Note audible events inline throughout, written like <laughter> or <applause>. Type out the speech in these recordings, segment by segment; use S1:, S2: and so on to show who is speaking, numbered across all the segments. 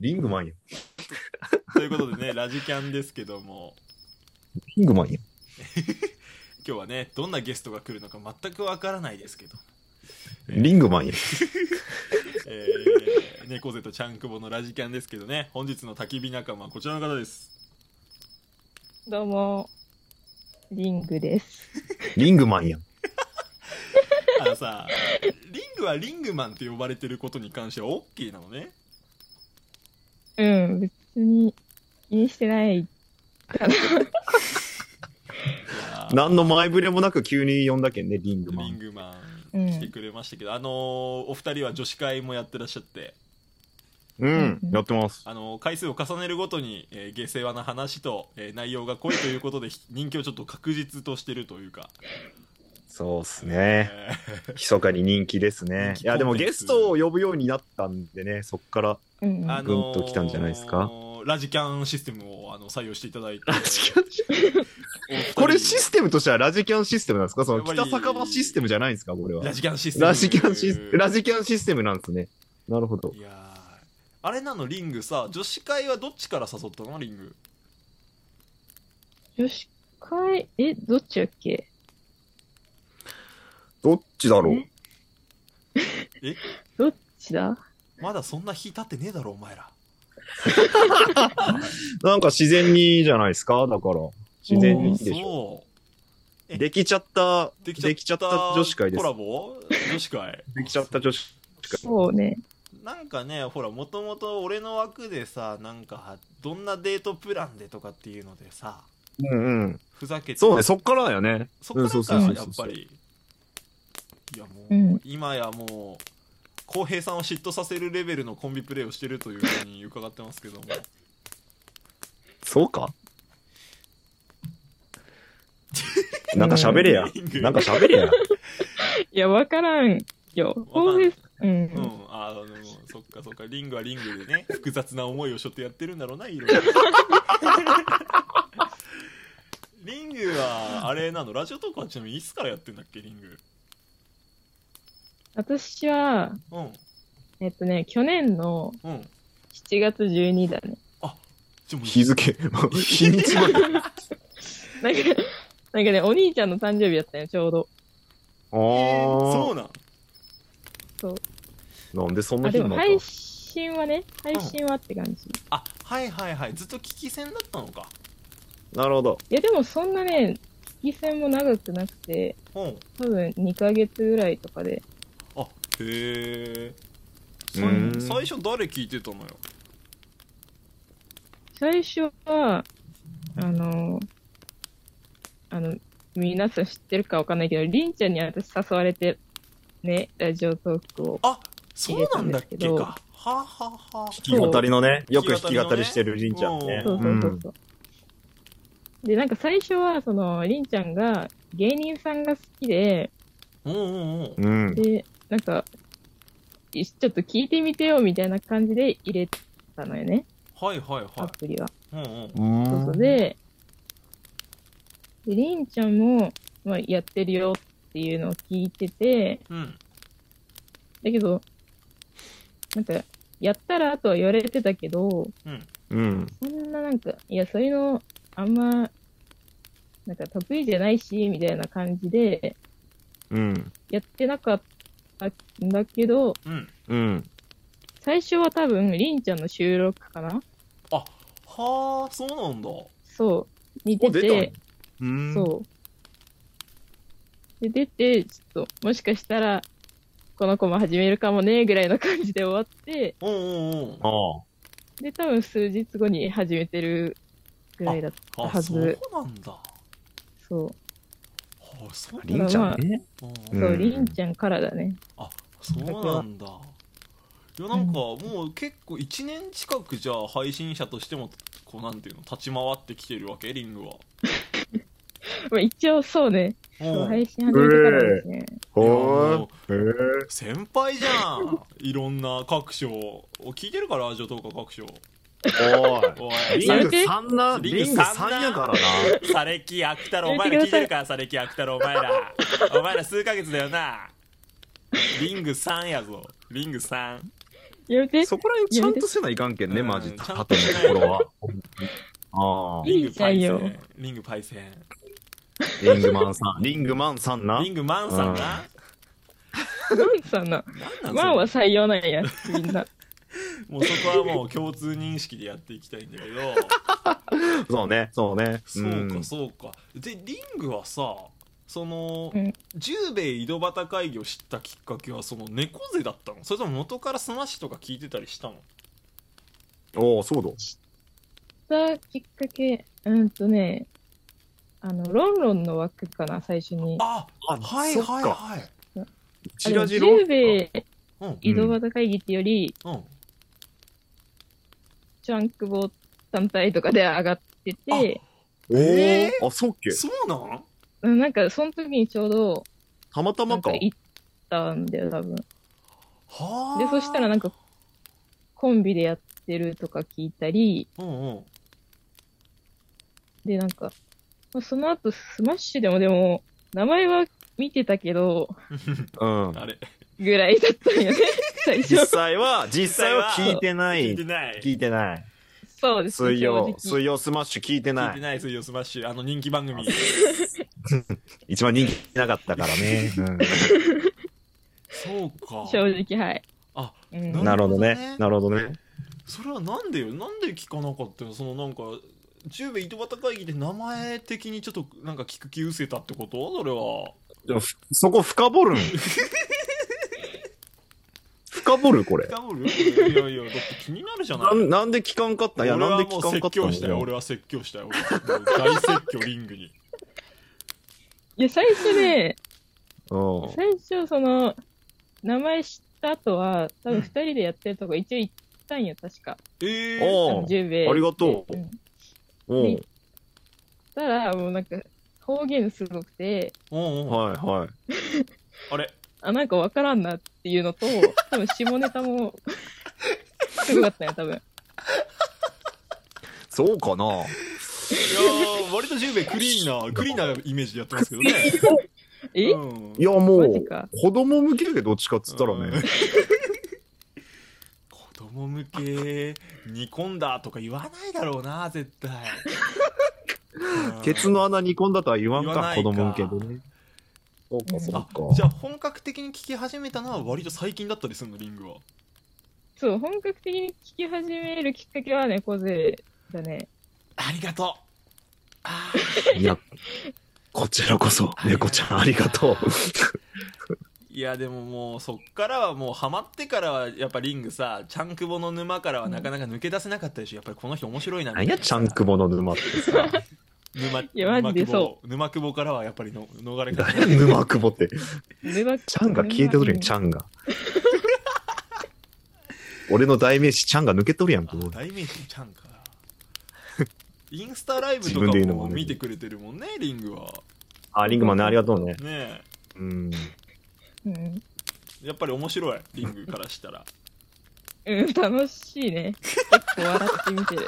S1: リングマンや。
S2: <laughs> ということでね、ラジキャンですけども、
S1: リングマンや。
S2: 今日はね、どんなゲストが来るのか全くわからないですけど、
S1: リングマンや。
S2: え
S1: <laughs>
S2: ー、猫背とちゃんくぼのラジキャンですけどね、本日の焚き火仲間はこちらの方です。
S3: どうも、リングです。
S1: リングマンや。 <laughs>
S2: あのさ、リングはリングマンって呼ばれてることに関してはオッケーなのね。
S3: うん、別に気にしてな
S2: い
S3: い。
S2: やー
S1: 何の前触れもなく急に呼んだけんね、リングマ
S2: リン
S1: ン。
S2: グマ
S3: う
S2: ン
S3: ん
S2: 来てくれましたけど、あのーお二人は女子会もやってらっしゃって、
S1: うん、やってます。
S2: あのー回数を重ねるごとに、えー、下世話な話と、えー内容が濃いということで、ひ人気をちょっと確実としてるというか。
S1: そうっすね。
S2: えー
S1: 密かに人気ですね
S2: 人。気
S1: いや、でも
S2: コンテンツ
S1: ゲストを呼ぶようになったんでね、そっから。
S3: うん、
S2: あの
S1: ぐんと来たんじゃないですか
S2: ラジキャンシステムをあの採用していただいて。お二人
S1: これシステムとしてはラジキャンシステムなんですかその
S2: やっぱ
S1: 北
S2: り
S1: 酒場システムじゃないんですかこれは
S2: ラ。ジキャンシステム。
S1: ラジキャンシステム、ラジキャンシステムなんですね。なるほど。
S2: いやーあれなのリングさ、女子会はどっちから誘ったのリング。
S3: 女子会、え、どっちだっけ
S1: どっちだろう
S3: えどっちだ
S2: まだそんな日経ってねえだろ、お前ら。
S1: なんか自然にじゃないですかだから。自然にでしょ。
S2: そう。う
S1: できちゃった、
S2: で
S1: で
S2: き
S1: き
S2: ちゃった
S1: ちゃった女子会です
S2: コ。ラボ女子会
S1: できちゃった女子会。
S3: そうね。
S2: なんかねほらもともと俺の枠でさなんかどんなデートプランでとかっていうのでさ
S1: うんうん。
S2: ふざけて
S1: そうね、そっからだよね。
S2: そっからか、
S1: うんそうそうそう
S2: やっぱりいやもう、
S3: うん
S2: 今やもう浩平さんを嫉妬させるレベルのコンビプレーをしてるというふうに伺ってますけども
S1: そう <laughs> かなんか喋れや。なんか喋れや。
S3: いや、わからんよ。
S2: わかんない
S3: う
S2: う
S3: ん。
S2: ん
S3: ん、
S2: あのそっかそっかリングはリング
S1: <laughs>
S2: でね複雑な思いをしょってやってるんだろうないろいろリングはあれなのラジオトークはちなみにいつからやってんだっけリング
S3: 私は、
S2: うん
S3: えっとね、去年の
S2: うん
S3: 7月12だね。
S2: ちょもう
S1: 日付、もう日にちま <laughs> で。
S2: <laughs>
S3: なんか、 <laughs> なんかね、お兄ちゃんの誕生日だったよ、ちょうど。
S1: あ
S2: そ
S1: ー
S2: うなん
S1: なんでそん
S3: あ、
S1: な日
S3: で
S1: に
S3: も
S1: なった
S3: 配信はね、配信はって感じ。
S2: あはいはいはいずっと聞き戦だったのか
S1: なるほど。
S3: いや、でもそんなね、聞き戦も長くなくて、
S2: うん
S3: 多分2ヶ月ぐらいとかで。
S2: あへえ
S1: うーん
S2: 最初誰聞いてたのよ
S3: 最初は、あの、あの、皆さん知ってるかわかんないけど、りんちゃんに私誘われて、ね、ラジオトークを。
S2: あそうなんだっけか
S3: 入れたんですけど
S2: はあはあは
S1: 弾
S2: あ
S1: き語りのね、
S2: そう
S1: よく弾き語りしてるりんちゃんね。
S3: そううそうそうそう。で、なんか最初は、その、りんちゃんが芸人さんが好きで、
S2: うんうんうん
S1: うんうん。
S3: で、なんか、いちょっと聞いてみてよみたいな感じで入れたのよね、
S2: はいはい
S3: ア
S2: は
S3: プリは。
S2: いうんうん
S3: そうそううんで、でりんちゃんも、まあ、やってるよっていうのを聞いてて、
S2: うん
S3: だけど、なんか、やったらとは言われてたけど、
S2: うん
S1: うん。
S3: そんななんか、いや、そういうの、あんま、なんか得意じゃないし、みたいな感じで、
S1: うん。
S3: やってなかったんだけど、
S2: うん
S1: うん。
S3: 最初は多分、りんちゃんの収録かな
S2: はあそうなんだ
S3: そう、似て
S1: お、出た
S3: て
S1: ね、うん。
S3: そう。で、出て、ちょっと、もしかしたら、この子も始めるかもね、ぐらいの感じで終わって、
S2: うんうんうん
S1: ああ。
S3: で、多分数日後に始めてるぐらいだったは
S2: あそう
S3: ず。
S2: なんだは
S3: そ
S2: あそう
S1: りんちゃんね。
S2: う
S3: う。
S2: ん
S3: そうう、
S1: ん
S3: りんちゃんからだね。
S2: あそうなんだいやなんかもう結構1年近くじゃあ配信者としてもこうなんていうの立ち回ってきてるわけリングは
S3: まあ、一応そうね、そう
S2: うん
S3: 配信始めてからですね。
S1: ほー。へえ。
S2: 先輩じゃ <laughs> んいろんな各所を聞いてるからラジオトーク各所
S1: おい。
S2: お
S1: リ
S2: い
S3: や
S1: ン
S3: め
S1: グ
S3: て
S1: 3な、リング3やからな。
S2: サレキアクタロお
S3: や
S2: 前
S3: めて
S2: ら聞い
S3: くださ
S2: て
S3: い
S2: るかサレキアクタロお前ら <laughs> お前ら数ヶ月だよなリング3やぞリング3
S3: やめ
S1: <laughs>
S3: て。
S1: そこら辺ちゃんとせないかんけんね、
S2: うん
S1: マジ、鳩のところは。
S3: <laughs>
S1: ああ、
S2: リングパイセ
S3: いいじゃんよ
S2: ン。リングパイセン。
S1: リングマンさん、リングマンさんな
S2: リ。ングマンさんな。
S3: なんさな。
S2: なん
S3: ワン
S2: な
S3: は
S2: んそ
S3: 採用なんや、みんな。
S2: れもうそこはもう共通認識でやっていきたいんだけど。
S1: そうね、そうね。
S2: そうか
S1: ん
S2: そうか。で、リングはさ、その
S3: うん、
S2: 十兵衛井戸端会議を知ったきっかけは、その猫背だったのそれとも元からスマッシュとか聞いてたりしたの
S1: おお、そうだ。
S3: さあ、きっかけ、うんとね、あの、ロンロンの枠かな、最初に。
S2: あ
S1: あ
S2: はい
S1: そっか
S2: はいはい。
S1: チラジ
S3: あで
S1: ロ
S3: も十兵衛
S2: うん、
S3: 井戸端会議ってより、
S2: うん。
S3: チャンクボ単体とかで上がってて、
S1: お
S2: え
S1: お、あ、そうっけ。
S2: そうなん
S3: うんなんか、その時にちょうど、
S1: たまた
S3: な
S1: ま
S3: ん
S1: か
S3: か。行ったんだよ、多分。で、
S2: はあ。
S3: そしたらなんか、コンビでやってるとか聞いたり、
S2: うんうん。
S3: で、なんか、まあその後、スマッシュでもでも、名前は見てたけど、
S1: うん。
S2: あれ
S3: ぐらいだったんよね、
S1: <laughs>
S3: 最
S1: 実
S3: 初。
S1: 際は、実際は聞いてな
S2: 聞いて
S1: い。
S2: ない。
S1: 聞いてない。
S3: そうですね、
S1: 水曜、
S3: 正直
S1: 水曜スマッシュ聞いて
S2: 聞い
S1: な
S2: て
S1: い。
S2: ない水曜スマッシュ。あの人気番組。
S1: 一番人気なかったからね。
S2: そうか。
S3: 正直、はい。
S2: あ
S3: うん
S1: <laughs> うん
S2: な
S1: なる
S2: るほ
S1: ほ
S2: ど
S1: ど
S2: ね
S1: ね。なるほどね。
S2: それはなんでよなんで聞かなかったのそのなんか、中米井戸端会議で名前的にちょっとなんか聞く気失せたってことそれは。
S1: でもふそこ深 <laughs> 掘るん深掘るこれ。
S2: ダブルいやいや、だって気になるじゃな
S1: な。
S2: い
S1: んなんで聞かんかったい
S2: 俺
S1: や、なん
S2: は
S1: で
S2: も
S1: 聞
S2: う
S1: かんか
S2: 説
S1: った
S2: 教
S1: の
S2: したよ。俺は説教したよ。俺はもう大説教リングに。
S3: いや、最初ね、
S1: うん
S3: 最初、その、名前知った後は、多分二人でやってるとこ一応行ったんよ、確か。
S2: ええ
S1: おう
S3: あの10名。
S1: ありがとう
S3: うん。
S1: う
S3: ねたら、もうなんか、方言すごくて、
S2: うん
S1: ん。
S2: うん。
S1: はいはい。
S2: あれ
S3: あ、なんかわからんなっていうのと、多分下ネタも、 <laughs> すごかったんよ、多分。
S1: そうかない
S2: やー、割と10名クリーンな、クリーンなイメージでやってますけどね。
S3: え、
S2: うん
S1: いや、も
S3: マジ
S1: う、
S3: か。
S1: 子供向けだけどどっちかっつったらね。
S2: 子供向け煮込んだとか言わないだろうな絶対う
S1: <laughs>
S2: ん
S1: ケツの穴煮込んだとは言わん
S2: 言わ
S1: か
S2: な、い
S1: 子
S2: か
S1: 供向けでね。そうか、そ
S2: あ
S1: う
S2: じ
S1: か。
S2: ゃあ本格的に聞き始めたのは割と最近だったりするのリングは
S3: そう、本格的に聞き始めるきっかけはね、小勢だね。
S2: ありがとうあ
S1: いや、こちらこそ、
S2: ー
S1: 猫ちゃんありがとう。
S2: いやでももうそっからはもうハマってからはやっぱリングさチャンクボの沼からはなかなか抜け出せなかったでしょやっぱりこの人面白いなみた
S1: 何
S2: いな
S1: や、ちゃんくぼの沼ってさ。
S2: 沼
S3: やマジ
S2: 沼久
S3: で
S2: 保沼久保からはやっぱりの逃れ方
S1: 誰沼くぼって。
S3: ちゃ
S1: ちゃんが消えておるやん、ちゃん
S2: <laughs>
S1: が。俺の代名詞、ちゃんが抜けとるやんけ、
S2: 大名人ちゃんかインスタライブと
S1: 自分
S2: か
S1: で言うの
S2: も
S1: もね
S2: 見てくれてるもんねリングは
S1: あ、リングマンね、ありがとうね。
S2: ね
S1: うん。
S3: うん。
S2: えやっぱり面白いリングからしたら
S3: うん、楽しいね。結構笑って見てる。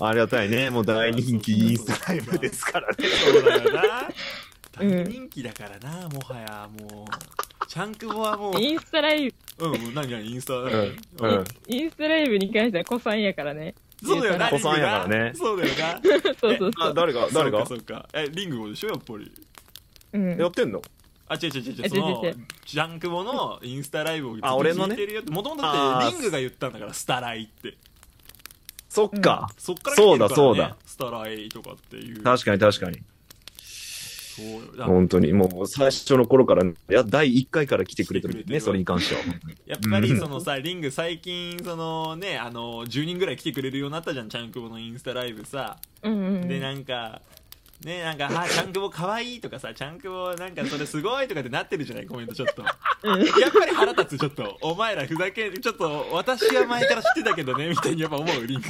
S1: ありがたいね。もう大人気インスタライブですからね。
S2: そうだよな
S3: <laughs> うん
S2: 大人気だからなもはやもうチャンクボはもう
S3: インスタライブ、
S2: うんもう何何インスタ、うん
S1: うん
S3: インスタライブに関しては子さんやか
S1: <laughs>
S3: らね。
S2: そうだよな
S1: お子さんやからね
S2: リングなそうだよな
S3: そうそうそ
S1: あ、
S3: う。
S1: 誰が、誰が
S2: そうかそうかえリングもでしょやっぱり
S3: うん
S1: や。ってんの
S2: あ、違う違う違う、
S3: え
S2: その
S3: 違う違う、
S2: ジャンクボのインスタライブを
S1: あ俺のね
S2: 聞いてるよって、もともと
S1: あー
S2: だってリングが言ったんだから、スタライって。
S1: そっか。
S2: そっから来てるから、ね、
S1: そうだそうだ
S2: スタライとかっていう。
S1: 確かに確かに。
S2: そうよだから
S1: 本当に。もう最初の頃から、いや、第1回から来てくれて
S2: 来て
S1: る <laughs>
S2: くれて
S1: ね、
S2: る
S1: それに関しては。
S2: やっぱりそのさ、リング最近、そのね、あの、10人ぐらい来てくれるようになったじゃん、チャンクボのインスタライブさ。
S3: うんうん。
S2: で、なんか、ね、なんか、あ、チャンクボ可愛いとかさ、チャンクボなんかそれすごいとかってなってるじゃない、コメントちょっと。やっぱり腹立つ、ちょっと。お前らふざけん、ちょっと、私は前から知ってたけどね、みたいにやっぱ思う、リング。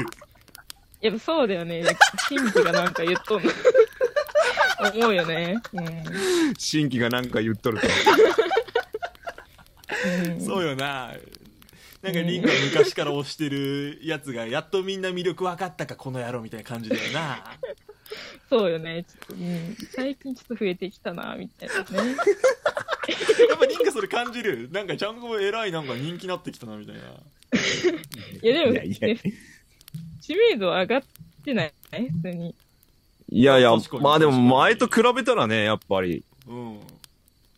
S3: やっぱそうだよね。神父がなんか言っとんの。思うよね。うん。
S1: 新規がなんか言っとると。
S3: うん、
S2: そうよな。なんかリンが昔から推してるやつが、やっとみんな魅力分かったか、この野郎みたいな感じだよな。
S3: そうよね。ちょっと、うん。最近ちょっと増えてきたな、みたいなね。
S2: やっぱリンがそれ感じるなんかちゃんこも偉いなんか人気になってきたなみたいな
S3: やでも
S1: いやいや
S3: ね知名度上がってない普通に。
S1: いやいや
S2: 確か、に
S1: まあでも前と比べたらね、やっぱり
S2: うん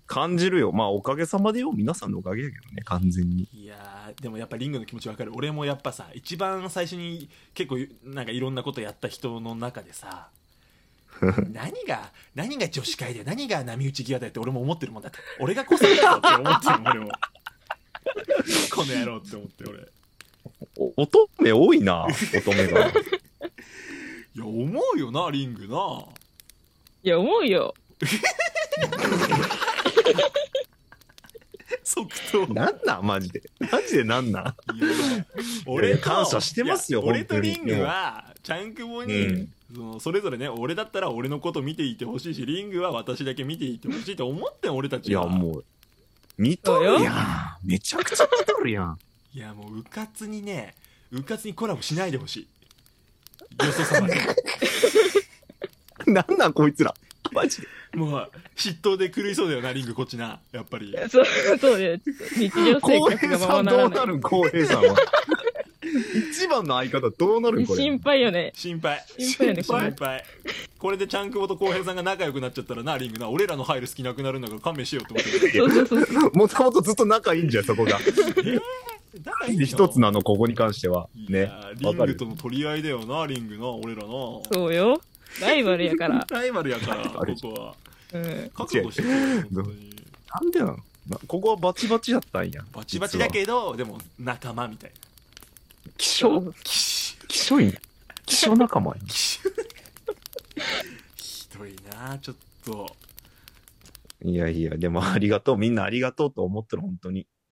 S1: 感じるよ。まあおかげさまでよ。皆さんのおかげだけどね、完全に。
S2: いやーでもやっぱリングの気持ちわかる俺もやっぱさ一番最初に結構なんかいろんなことやった人の中
S1: <laughs>
S2: でさ何が何が女子会で何が波打ち際だよって俺も思ってるもんだって俺がこそだよって思ってるもん俺もこの野郎って思って俺い
S1: お乙女多いな、乙女 <laughs> が。
S2: や思うよなリングない
S3: や、思うよ。
S2: 即答
S1: なんなん、マジで。マジでなんなん。
S2: いや俺と
S1: 感謝してますよ
S2: いや俺と
S1: 本当に
S2: リングはチャンクボに、
S1: うん
S2: そのそれぞれね俺だったら俺のこと見ていてほしいしリングは私だけ見ていてほしいと思ってん俺た
S1: い
S2: ち
S1: や、
S2: は
S1: もう、見とるやん。めちゃくちゃ見とるやん。
S2: いやもううかつにねうかつにコラボしないでほしいよそ様
S3: <laughs>
S2: に
S1: <laughs> なんなん、こいつら。マジで。
S2: もう嫉妬で狂いそうだよなリングこっちなやっぱり
S3: <laughs> そう、そうだよ。ちょっと日常生
S1: 浩
S3: 活
S1: 平
S3: が
S1: さ
S3: まま
S1: ん
S3: な
S1: ど
S3: ら
S1: うな
S3: な
S1: るん浩平さんは。一番の相方どうなるん
S3: い。
S1: これ。
S3: 心配よね。
S2: 心配
S3: 心配よね、こ
S2: 心
S3: れ。
S2: 配これでちゃんくぼと浩平さんが仲良くなっちゃったらなリングな俺らの入る隙なくなるんだから勘弁してよって思ってる
S3: そうそうそう。
S1: もともとずっと仲いいんじゃん、そこが。
S2: だからいいの
S1: 一つなの、ここに関しては。
S2: い
S1: ね
S2: や。リ
S1: わ
S2: ン
S1: か
S2: グ
S1: る
S2: と。の取り合いだよなリングな俺らな
S3: そうよ。ライバルやから。
S2: ライバルやからこ
S1: バル
S2: こは
S3: うん。
S2: 覚悟してる
S1: 違う
S2: 本当に
S1: なんでなのなここはバチバチやったんや。
S2: バチバチだ
S1: 実は。
S2: けどでも仲間みたいな
S1: 希少希少いんや。希少仲間や。
S2: ひどいなちょっと
S1: いやいや、でもありがとう。みんなありがとうと思ってる、本当に。